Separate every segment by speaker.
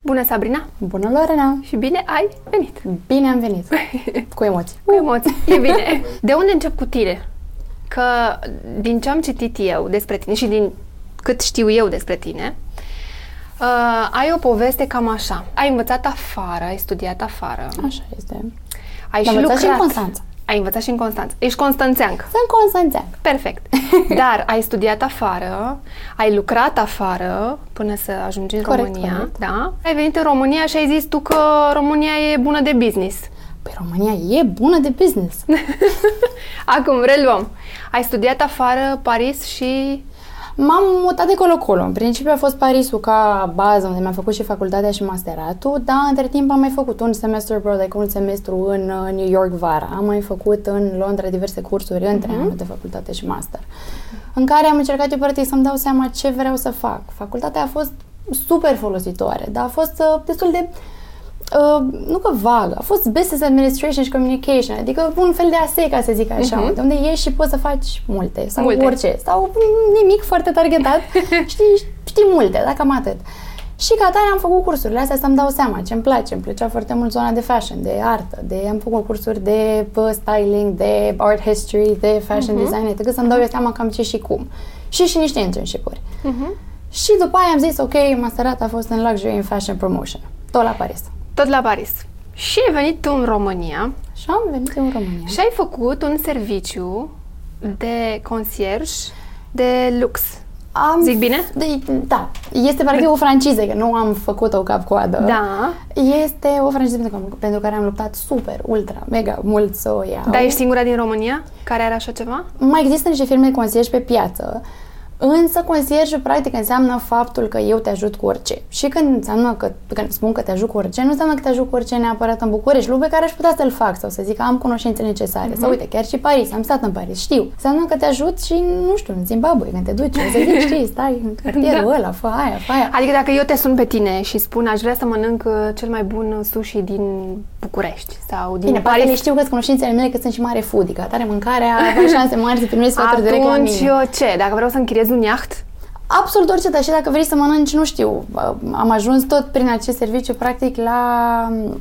Speaker 1: Bună, Sabrina!
Speaker 2: Bună, Lorena!
Speaker 1: Și bine ai venit!
Speaker 2: Bine am venit! Cu emoții.
Speaker 1: Cu emoții, e bine! De unde încep cu tine? Că din ce am citit eu despre tine și din cât știu eu despre tine, uh, ai o poveste cam așa. Ai învățat afară, ai studiat afară,
Speaker 2: Așa este.
Speaker 1: ai
Speaker 2: Am
Speaker 1: și lucrat.
Speaker 2: învățat și în Constanța.
Speaker 1: Ai învățat și în Constanța. Ești constanțeancă.
Speaker 2: Sunt constanțean.
Speaker 1: Perfect. Dar ai studiat afară, ai lucrat afară până să ajungi în
Speaker 2: Corect,
Speaker 1: România,
Speaker 2: corect.
Speaker 1: da? Ai venit în România și ai zis tu că România e bună de business.
Speaker 2: Păi România e bună de business.
Speaker 1: Acum reluăm. Ai studiat afară Paris și
Speaker 2: M-am mutat de colo-colo. În principiu a fost Parisul ca bază, unde mi-am făcut și facultatea și masteratul, dar între timp am mai făcut un semestru abroad, adică un semestru în uh, New York vara. Am mai făcut în Londra diverse cursuri între anul de facultate și master, în care am încercat eu practic să-mi dau seama ce vreau să fac. Facultatea a fost super folositoare, dar a fost uh, destul de Uh, nu că vagă, a fost Business Administration și Communication, adică un fel de ASE, ca să zic așa, uh-huh. unde ești și poți să faci multe sau
Speaker 1: Multe.
Speaker 2: multe. orice, sau nimic foarte targetat, știi, știi multe, dar cam atât. Și ca atare am făcut cursurile astea să-mi dau seama ce îmi place. Îmi plăcea foarte mult zona de fashion, de artă, de am făcut cursuri de bă, styling, de art history, de fashion uh-huh. design, etc. să-mi dau eu seama cam ce și cum. Și și niște internship-uri. Uh-huh. Și după aia am zis, ok, masterat a fost în Luxury and Fashion Promotion, tot la Paris.
Speaker 1: tot la Paris. Și ai venit tu în România
Speaker 2: Și am venit în România.
Speaker 1: și ai făcut un serviciu de concierge de lux.
Speaker 2: Am
Speaker 1: Zic bine?
Speaker 2: De, da. Este parcă o franciză, că nu am făcut-o cap-coadă.
Speaker 1: Da.
Speaker 2: Este o franciză pentru care, pentru care am luptat super, ultra, mega mult să o iau.
Speaker 1: Dar ești singura din România care are așa ceva?
Speaker 2: Mai există niște firme de concierge pe piață, însă concierge practic înseamnă faptul că eu te ajut cu orice. Și când înseamnă că, când spun că te ajut cu orice, nu înseamnă că te ajut cu orice neapărat în București, lucru pe care aș putea să-l fac sau să zic că am cunoștințe necesare.
Speaker 1: Mhm.
Speaker 2: Sau uite, chiar și Paris, am stat în Paris, știu. Înseamnă că te ajut și, nu știu, în Zimbabwe, când te duci, o să zici, știi, stai în cartierul
Speaker 1: Da.
Speaker 2: ăla, fă aia, fă aia.
Speaker 1: Adică dacă eu te sun pe tine și spun aș vrea să mănânc uh, cel mai bun sushi din București sau din
Speaker 2: Bine, poate le
Speaker 1: Paris,
Speaker 2: știu că cunoștințele mele că sunt și mare foodie, ca tare mâncarea, am șanse mari să primești sfaturi direct la
Speaker 1: atunci
Speaker 2: mine.
Speaker 1: eu ce? Dacă vreau să închiriez un iaht?
Speaker 2: Absolut orice, dar și dacă vrei să mănânci, nu știu, uh, am ajuns tot prin acest serviciu, practic, la um,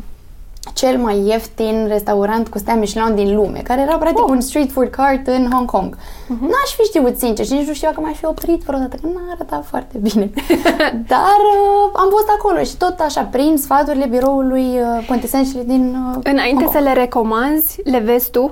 Speaker 2: cel mai ieftin restaurant cu stea Michelin din lume, care era practic
Speaker 1: Oh.
Speaker 2: oh. un street food cart în Hong Kong.
Speaker 1: Mhm.
Speaker 2: N-aș fi știut sincer și nici nu știu dacă m-aș fi oprit vreodată, că n-a arătat foarte bine. Dar uh, am fost acolo și tot așa, prin sfaturile biroului uh, contesenșilor din uh,
Speaker 1: Înainte
Speaker 2: Hong Kong.
Speaker 1: să le recomanzi, le vezi tu?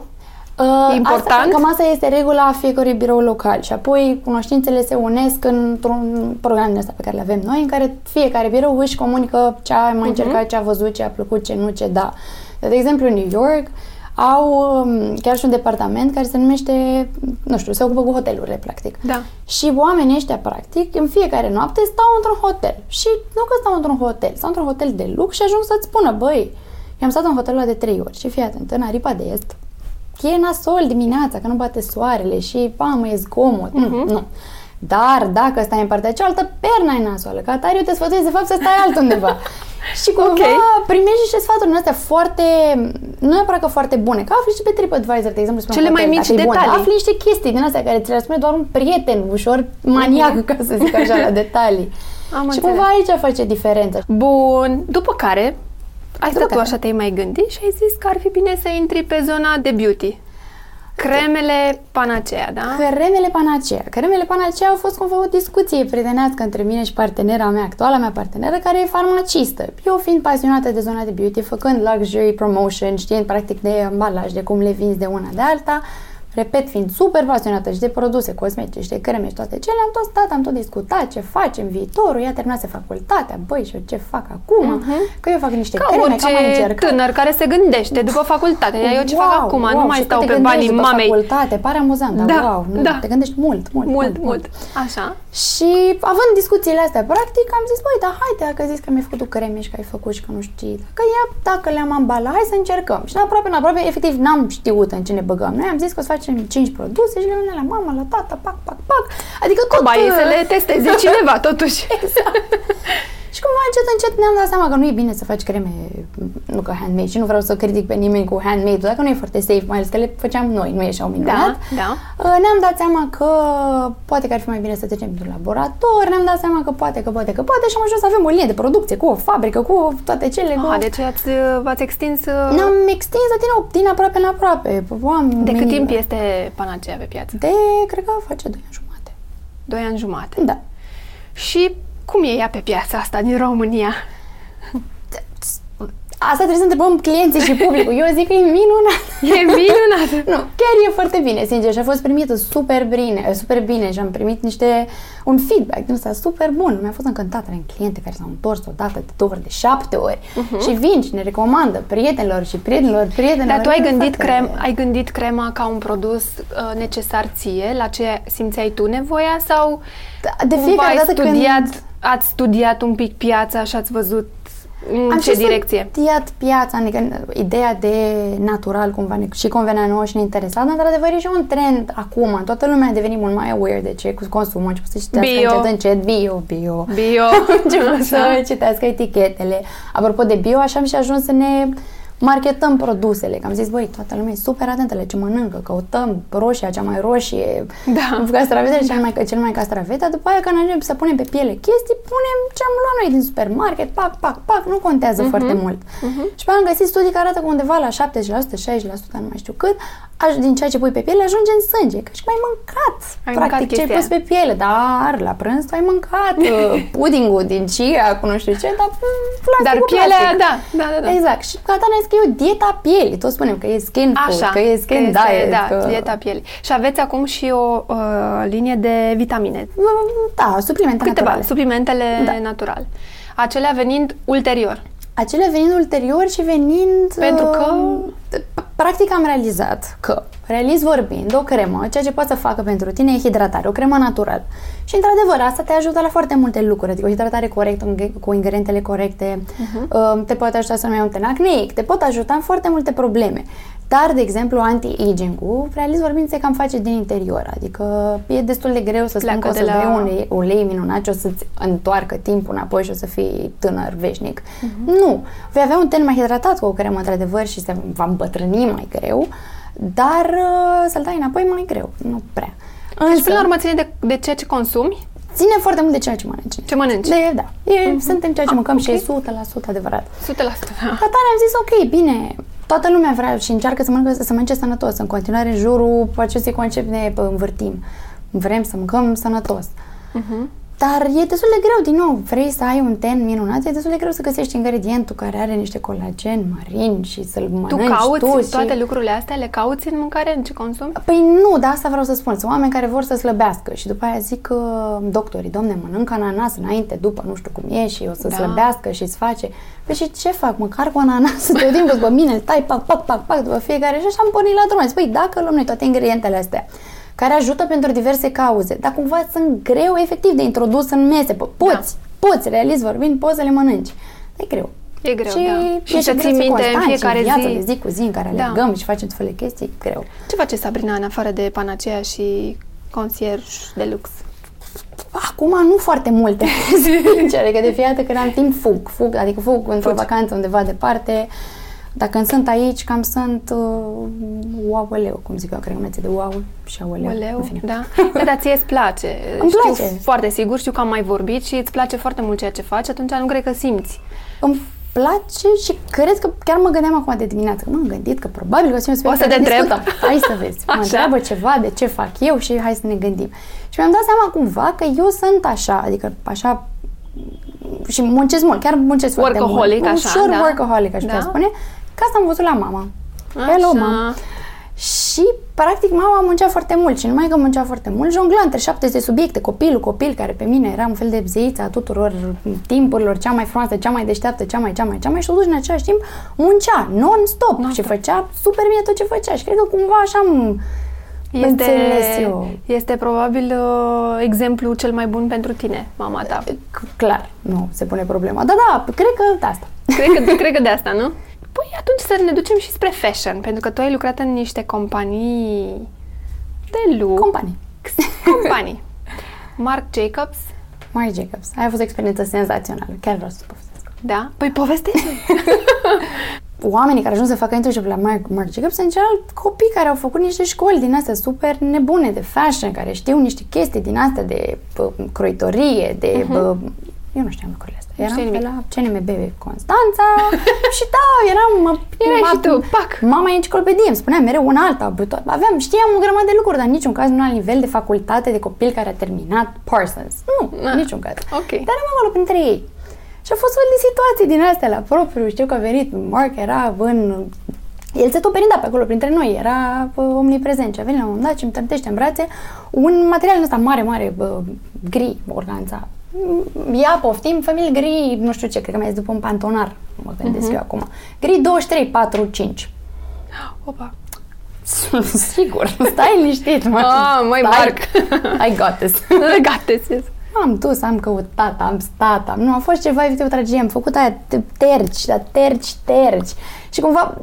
Speaker 2: Uh,
Speaker 1: Important?
Speaker 2: Asta, cam asta este regula fiecărui birou local și apoi cunoștințele se unesc într-un program din ăsta pe care le avem noi, în care fiecare birou își comunică ce a
Speaker 1: Mhm.
Speaker 2: mai încercat, ce a văzut, ce a plăcut, ce nu, ce da. De exemplu, în New York au um, chiar și un departament care se numește, nu știu, se ocupă cu hotelurile, practic.
Speaker 1: Da.
Speaker 2: Și oamenii ăștia, practic, în fiecare noapte stau într-un hotel. Și nu că stau într-un hotel, stau într-un hotel de lux și ajung să-ți spună, băi, eu am stat în hotelul ăla de trei ori și fii atent, în aripa de est, e nasol dimineața, că nu bate soarele și, pamă, e zgomot. Uh-huh.
Speaker 1: Mhm.
Speaker 2: Nu. Dar dacă stai în partea cealaltă, perna e nasoală, că atare eu te sfătuiesc de fapt să stai altundeva. și cumva
Speaker 1: Ok.
Speaker 2: primești niște sfaturi din astea foarte, nu neapărat că foarte bune, că afli și pe TripAdvisor, de exemplu,
Speaker 1: Cele mai mici detalii.
Speaker 2: Bun, afli niște chestii din astea care ți le spune doar un prieten ușor maniac, ca să zic așa, la detalii.
Speaker 1: Mhm. Am
Speaker 2: și
Speaker 1: înțeles.
Speaker 2: cumva aici face diferența.
Speaker 1: Bun, după care ai stat tu
Speaker 2: care?
Speaker 1: așa, te-ai mai gândit și ai zis că ar fi bine să intri pe zona de beauty. Cremele panacea, da?
Speaker 2: Cremele panacea. Cremele panacea au fost cumva o discuție prietenească între mine și partenera mea, actuala mea parteneră, care e farmacistă. Eu fiind pasionată de zona de beauty, făcând luxury promotion, știind practic de ambalaj, de cum le vinzi de una de alta, repet, fiind super pasionată și de produse cosmetice și de creme și toate cele, am tot stat, am tot discutat ce facem viitorul, ea terminase facultatea, băi, și eu ce fac acum, uh-huh. că eu fac niște
Speaker 1: Mhm. Ca
Speaker 2: creme, că am mai
Speaker 1: orice
Speaker 2: încercat.
Speaker 1: tânăr care se gândește după facultate. Eu ce fac acum? Nu mai
Speaker 2: și
Speaker 1: stau
Speaker 2: cât te
Speaker 1: pe
Speaker 2: gândești
Speaker 1: banii
Speaker 2: după
Speaker 1: mamei.
Speaker 2: Facultate, pare amuzant, dar
Speaker 1: Da,
Speaker 2: wow, nu,
Speaker 1: da.
Speaker 2: te gândești mult, mult,
Speaker 1: Mult, mult. Așa.
Speaker 2: Și având discuțiile astea, practic, am zis, băi, dar haide, dacă zici că mi-ai făcut tu creme și că ai făcut și că nu știi, dacă ia, dacă le-am ambalat, hai să încercăm. Și în aproape, în aproape, efectiv, n-am știut în ce ne băgăm. Noi am zis că o să facem 5 produse și le luăm la mama, la tata, pac, pac, pac. Adică tot...
Speaker 1: Ba, ei
Speaker 2: uh,
Speaker 1: să le testeze cineva, totuși.
Speaker 2: Exact. Și cumva încet, încet ne-am dat seama că nu e bine să faci creme, nu că handmade, și nu vreau să critic pe nimeni cu handmade, dacă nu e foarte safe, mai ales că le făceam noi, nu ieșeau minunat.
Speaker 1: Da, da.
Speaker 2: Uh, Ne-am dat seama că poate că ar fi mai bine să trecem într-un laborator, ne-am dat seama că poate, că poate, că poate și am ajuns să avem o linie de producție cu o fabrică, cu toate cele. cu...
Speaker 1: Aha, deci ați, uh, v-ați extins... uh,
Speaker 2: Ne-am extins din, nou, din aproape în aproape. Am
Speaker 1: De cât
Speaker 2: menit-
Speaker 1: timp este panacea pe piață?
Speaker 2: De, cred că face 2 ani jumate.
Speaker 1: Doi ani jumate.
Speaker 2: Da.
Speaker 1: Și cum e ea pe piața asta din România?
Speaker 2: Asta trebuie să întrebăm clienții și publicul. Eu zic că e minunat.
Speaker 1: E minunată!
Speaker 2: Nu, chiar e foarte bine, sincer, și a fost primită super bine, eh, super bine și am primit niște, un feedback din ăsta super bun. Mi-a fost încântată avem cliente care s-au întors o dată, de două ori, de șapte ori uh-huh. și vin și ne recomandă prietenilor și prietenilor, prietenilor.
Speaker 1: Mhm. Dar tu ai
Speaker 2: E
Speaker 1: gândit,
Speaker 2: foarte-
Speaker 1: crem, ai gândit crema ca un produs uh, necesar ție, la ce simțeai tu nevoia sau
Speaker 2: Da, de
Speaker 1: cumva
Speaker 2: fiecare
Speaker 1: ai
Speaker 2: dată când-
Speaker 1: studiat, ați studiat un pic piața și ați văzut în
Speaker 2: Am
Speaker 1: ce
Speaker 2: și
Speaker 1: direcție?
Speaker 2: studiat piața, adică ideea de natural cumva ne, și convenea nouă și ne interesa, dar într-adevăr e și un trend acum, toată lumea a devenit mult mai aware de ce consumă, a început să citească
Speaker 1: Bio.
Speaker 2: încet, încet, bio, bio.
Speaker 1: Bio.
Speaker 2: început
Speaker 1: Așa.
Speaker 2: să citească etichetele. Apropo de bio, așa am și ajuns să ne marketăm produsele. Că am zis, băi, toată lumea e super atentă la ce mănâncă, căutăm roșia, cea mai roșie,
Speaker 1: Da.
Speaker 2: castravetele, cel mai, cel mai castravete, dar după aia când ajungem să punem pe piele chestii, punem ce am luat noi din supermarket, pac, pac, pac, nu contează
Speaker 1: Mhm.
Speaker 2: uh-huh. foarte mult. Uh-huh. Și pe am găsit studii care arată că undeva la 70%, 60%, nu mai știu cât, aș, din ceea ce pui pe piele ajunge în sânge, că și mai mâncat,
Speaker 1: Ai mâncat
Speaker 2: practic, ce ai
Speaker 1: chestia
Speaker 2: pus
Speaker 1: aia.
Speaker 2: pe piele, dar la prânz tu ai mâncat uh, pudingul din chia cu nu știu ce, dar mm, plastic
Speaker 1: Dar
Speaker 2: cu
Speaker 1: pielea,
Speaker 2: plastic.
Speaker 1: da, da, da. da.
Speaker 2: Exact. Și gata, ne scrie o dieta pielii. Toți spunem că e skin food,
Speaker 1: Așa,
Speaker 2: că e skin
Speaker 1: este,
Speaker 2: diet.
Speaker 1: da,
Speaker 2: că...
Speaker 1: dieta pielii. Și aveți acum și o uh, linie de vitamine.
Speaker 2: Da, suplimente
Speaker 1: Câteva,
Speaker 2: naturale.
Speaker 1: suplimentele
Speaker 2: Da.
Speaker 1: naturale. Acelea venind ulterior.
Speaker 2: Acelea venind ulterior și venind...
Speaker 1: Pentru că-
Speaker 2: uh, Practic am realizat că, realist vorbind, o cremă, ceea ce poate să facă pentru tine e hidratare, o cremă naturală. Și, într-adevăr, asta te ajută la foarte multe lucruri, adică o hidratare corectă, ing- cu ingredientele corecte,
Speaker 1: Mhm.
Speaker 2: uh, te poate ajuta să nu ai un ten acneic, te pot ajuta în foarte multe probleme. Dar, de exemplu, anti-aging-ul, realist vorbind, se cam face din interior, adică e destul de greu să
Speaker 1: Pleacă
Speaker 2: spun că o să
Speaker 1: de la-
Speaker 2: dai un ulei, ulei minunat și o să-ți întoarcă timpul înapoi și o să fii tânăr veșnic.
Speaker 1: Mhm.
Speaker 2: Nu! Vei avea un ten mai hidratat cu o cremă, într-adevăr, și se va îmbătrâni mai greu, dar uh, să-l dai înapoi mai greu. Nu prea. Însă,
Speaker 1: Deci, până la urmă, ține de, de ceea ce consumi,
Speaker 2: ține foarte mult de ceea ce mănânci.
Speaker 1: ce mănânci. De...
Speaker 2: De, da. E, Suntem ceea ce
Speaker 1: Ah,
Speaker 2: mâncăm
Speaker 1: ok.
Speaker 2: și e 100% adevărat.
Speaker 1: 100%. Da.
Speaker 2: Ca tare am zis, ok, bine, toată lumea vrea și încearcă să mănâncă, să mănânce sănătos. În continuare, în jurul acestui concept ne bă, învârtim. Vrem să mâncăm sănătos.
Speaker 1: Mhm.
Speaker 2: Dar e destul de greu, din nou, vrei să ai un ten minunat, e destul de greu să găsești ingredientul care are niște colagen marin și să-l
Speaker 1: Tu
Speaker 2: mănânci
Speaker 1: cauți
Speaker 2: tu și...
Speaker 1: toate lucrurile astea, le cauți în mâncare, în ce consumi?
Speaker 2: Păi nu, dar asta vreau să spun. Sunt oameni care vor să slăbească și după aia zic că doctorii, domne, mănâncă ananas înainte, după, nu știu cum e și o să
Speaker 1: Da.
Speaker 2: da. slăbească și îți face. Păi și ce fac? Măcar cu ananas te din cu mine, îl tai, pac, pac, pac, pac, după fiecare și așa am pornit la drum. Am zis, Păi dacă luăm noi toate ingredientele astea, care ajută pentru diverse cauze, dar cumva sunt greu efectiv de introdus în mese. Pă, poți, poți, realist vorbind, poți să le mănânci. Dar E greu.
Speaker 1: Da. E greu,
Speaker 2: și
Speaker 1: da.
Speaker 2: e
Speaker 1: Și să
Speaker 2: greu
Speaker 1: ții minte în
Speaker 2: constant, și
Speaker 1: fiecare
Speaker 2: viața
Speaker 1: zi.
Speaker 2: de zi cu zi în care
Speaker 1: Da.
Speaker 2: alergăm și facem tot felul de chestii, e greu.
Speaker 1: Ce face Sabrina în afară de panacea și concierge de lux?
Speaker 2: Acum nu foarte multe, sincer, adică de fiecare dată când am timp fug, fug, adică fug într-o vacanță undeva departe. Dacă îmi sunt aici, cam sunt uh, uauleu, cum zic eu, cred că mi de uau și auleu. în
Speaker 1: Oleu,
Speaker 2: fine.
Speaker 1: da? Păi, dar ție îți place.
Speaker 2: Îmi
Speaker 1: știu
Speaker 2: place.
Speaker 1: foarte sigur, știu că am mai vorbit și îți place foarte mult ceea ce faci, atunci nu cred că simți.
Speaker 2: Îmi place și cred că chiar mă gândeam acum de dimineață, că m-am gândit că probabil că o să,
Speaker 1: O să te întreb.
Speaker 2: Hai să vezi. Mă
Speaker 1: Așa.
Speaker 2: întreabă ceva de ce fac eu și hai să ne gândim. Și mi-am dat seama cumva că eu sunt așa, adică așa și muncesc mult, chiar muncesc foarte mult.
Speaker 1: Workaholic, așa,
Speaker 2: Ușor
Speaker 1: da.
Speaker 2: workaholic, aș putea
Speaker 1: Da.
Speaker 2: spune. Că asta am văzut la mama. Hello, mama. Și, practic, mama muncea foarte mult și numai că muncea foarte mult, jongla între 70 de subiecte, copilul, copil, care pe mine era un fel de zeiță a tuturor timpurilor, cea mai frumoasă, cea mai deșteaptă, cea mai, cea mai, cea mai și totuși în același timp muncea non-stop
Speaker 1: Non-stop.
Speaker 2: și făcea super bine tot ce făcea și cred că cumva așa am înțeles eu.
Speaker 1: este probabil uh, exemplu cel mai bun pentru tine, mama ta.
Speaker 2: C- Clar, nu se pune problema. Da, da, cred că de asta.
Speaker 1: Cred că, cred că de asta, nu? Păi atunci să ne ducem și spre fashion, pentru că tu ai lucrat în niște companii de lux,
Speaker 2: Companie.
Speaker 1: companii. Marc Jacobs,
Speaker 2: Marc Jacobs. Aia a fost o experiență senzațională. Chiar vreau să povestesc.
Speaker 1: Da? Păi povestește
Speaker 2: Oamenii care ajung să facă internship la Marc, Marc Jacobs sunt în general copii care au făcut niște școli din astea super nebune de fashion, care știu niște chestii din astea de bă, croitorie, de... Bă, eu nu știam lucrurile astea.
Speaker 1: Mhm. știi
Speaker 2: Eram pe
Speaker 1: nimic.
Speaker 2: la CNMB Constanța și da, eram... Mă,
Speaker 1: Erai și
Speaker 2: mă-
Speaker 1: tu, pac!
Speaker 2: Mama e enciclopedie, îmi spunea mereu un alta. bă, tot- Aveam, știam o grămadă de lucruri, dar în niciun caz nu la nivel de facultate de copil care a terminat Parsons. Nu,
Speaker 1: Ah,
Speaker 2: în niciun caz.
Speaker 1: ok.
Speaker 2: Dar eram acolo printre ei. Și a fost fel de situații din astea la propriu. Știu că a venit Mark, era în... El se tot perinda pe acolo printre noi, era bă, omniprezent și a venit la un moment dat și îmi târtește în brațe un material din ăsta mare, mare, bă, gri, organța. Mm, Ia poftim, familie gri, nu știu ce, cred că mai este după un pantonar, mă
Speaker 1: Mhm.
Speaker 2: gândesc eu acum. Gri 23, 4, 5.
Speaker 1: Opa!
Speaker 2: Sunt sigur, stai liniștit, mă.
Speaker 1: Ah, măi,
Speaker 2: Stai.
Speaker 1: Marc.
Speaker 2: I got this.
Speaker 1: Gata, yes.
Speaker 2: Am dus, am căutat, am stat, am... Nu, a fost ceva, evite o tragedie, am făcut aia t- terci, dar terci, terci. Și cumva,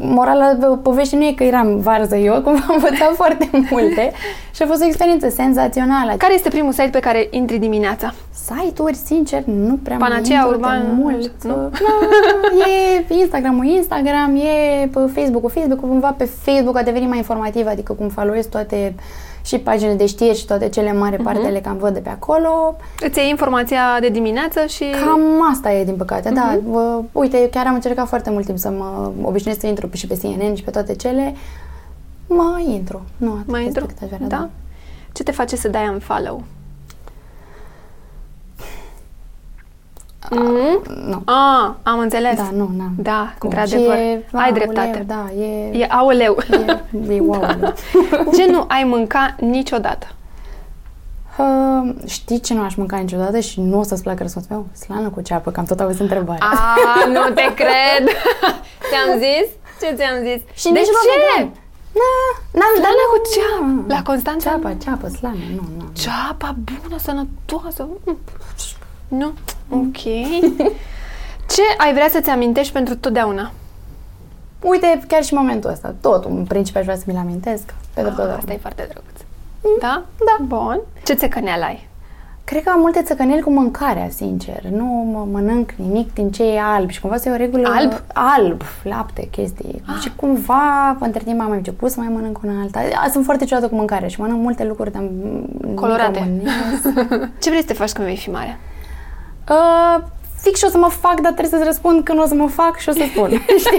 Speaker 2: morala poveștii nu e că eram varză eu, cumva am învățat foarte multe și a fost o experiență senzațională. Ca
Speaker 1: Care este primul site pe care intri dimineața?
Speaker 2: site-uri, sincer, nu prea mai
Speaker 1: Panacea
Speaker 2: intru de
Speaker 1: Urban,
Speaker 2: mult.
Speaker 1: nu?
Speaker 2: Nu? e Instagram-ul Instagram, e pe Facebook-ul Facebook, cumva pe Facebook a devenit mai informativ, adică cum followez toate și paginile de știri și toate cele mari
Speaker 1: Mhm.
Speaker 2: uh-huh. parte le cam văd de pe acolo.
Speaker 1: Îți iei informația de dimineață și...
Speaker 2: Cam asta e, din păcate, da.
Speaker 1: Mhm.
Speaker 2: Vă, uite, eu chiar am încercat foarte mult timp să mă obișnuiesc să intru și pe CNN și pe toate cele. Mă intru. Nu, atât
Speaker 1: mai
Speaker 2: despre
Speaker 1: intru?
Speaker 2: cât aș vrea,
Speaker 1: Da? Ce te face să dai un follow? Mm?
Speaker 2: Nu.
Speaker 1: Ah, am înțeles.
Speaker 2: Mm-hmm. Da, nu, n-am.
Speaker 1: Da,
Speaker 2: Cum?
Speaker 1: într-adevăr.
Speaker 2: Și e-
Speaker 1: Ai
Speaker 2: aoleu,
Speaker 1: dreptate.
Speaker 2: Da, e...
Speaker 1: E aoleu.
Speaker 2: E, e wow. Da.
Speaker 1: Ce nu ai mânca niciodată?
Speaker 2: Uh, știi ce nu aș mânca niciodată și nu o să-ți placă răspunsul meu? Slană cu ceapă, că am tot auzit întrebarea.
Speaker 1: A, nu te cred! ți-am zis? Ce ți-am zis?
Speaker 2: Și
Speaker 1: de
Speaker 2: nici nu
Speaker 1: ce?
Speaker 2: vedeam. Na, n-am dat
Speaker 1: Slană
Speaker 2: la
Speaker 1: cu ceapă. La Constanța?
Speaker 2: Ceapă, ceapă, slană, nu, nu.
Speaker 1: Ceapa bună, sănătoasă. Mm. Nu? Ok. Ce ai vrea să-ți amintești pentru totdeauna?
Speaker 2: Uite, chiar și momentul ăsta, tot, în principiu aș vrea să mi-l amintesc. Pe ah,
Speaker 1: Ah, asta e foarte drăguț. Da? Da. Bun. Ce țecăneală ai?
Speaker 2: Cred că am multe țăcăneli cu mâncarea, sincer. Nu mă mănânc nimic din ce e alb și cumva să e o regulă...
Speaker 1: Alb?
Speaker 2: Alb, lapte, chestii. Ah. Și cumva, între timp, am început să mai mănânc una alta. A, Sunt foarte ciudată cu mâncarea și mănânc multe lucruri, dar... nu
Speaker 1: Colorate.
Speaker 2: românesc.
Speaker 1: Ce vrei să te faci când vei fi mare?
Speaker 2: Uh, fix și o să mă fac, dar trebuie să-ți răspund când o să mă fac și o să spun. Știu?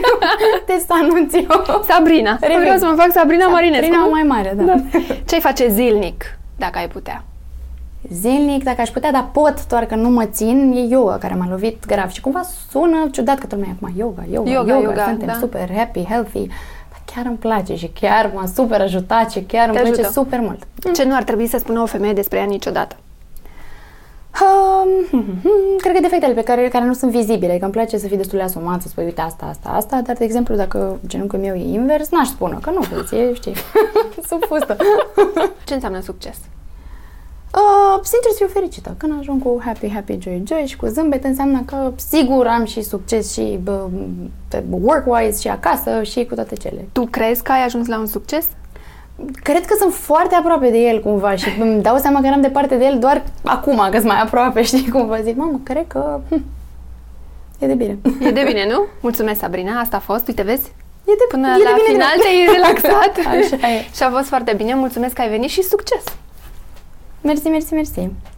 Speaker 2: Te să anunț eu.
Speaker 1: Sabrina.
Speaker 2: Revin.
Speaker 1: Vreau să mă fac Sabrina Da, Marinescu.
Speaker 2: Prima
Speaker 1: nu?
Speaker 2: mai mare, da. da.
Speaker 1: Ce ai face zilnic, dacă ai putea?
Speaker 2: zilnic, dacă aș putea, dar pot, doar că nu mă țin, e yoga care m-a lovit grav și cumva sună ciudat că toată lumea e acum yoga, yoga,
Speaker 1: Yoga,
Speaker 2: yoga, yoga,
Speaker 1: yoga,
Speaker 2: suntem
Speaker 1: da.
Speaker 2: super happy, healthy, dar chiar îmi place și chiar m-a super ajutat și chiar îmi
Speaker 1: Te
Speaker 2: place
Speaker 1: ajută.
Speaker 2: super mult.
Speaker 1: Ce nu ar trebui să spună o femeie despre ea niciodată?
Speaker 2: Um, cred că defectele pe care, care nu sunt vizibile, că îmi place să fii destul de asumat, să spui uite asta, asta, asta, dar de exemplu dacă genunchiul meu e invers, n-aș spune, că nu, vezi, e, știi, sub fustă.
Speaker 1: Ce înseamnă succes?
Speaker 2: Uh, sincer, să fiu fericită. Când ajung cu happy, happy, joy, joy și cu zâmbet, înseamnă că sigur am și succes și bă, pe work-wise și acasă și cu toate cele.
Speaker 1: Tu crezi că ai ajuns la un succes?
Speaker 2: Cred că sunt foarte aproape de el cumva și îmi dau seama că eram departe de el doar acum, că sunt mai aproape, știi, cum vă zic. Mamă, cred că hm, e de bine.
Speaker 1: E de bine, nu? Mulțumesc, Sabrina. Asta a fost. Uite, vezi?
Speaker 2: E de,
Speaker 1: Până
Speaker 2: e de
Speaker 1: la
Speaker 2: bine
Speaker 1: final
Speaker 2: drag.
Speaker 1: te-ai relaxat.
Speaker 2: Așa e.
Speaker 1: și a fost foarte bine. Mulțumesc că ai venit și succes!
Speaker 2: Mersi, mersi, mersi.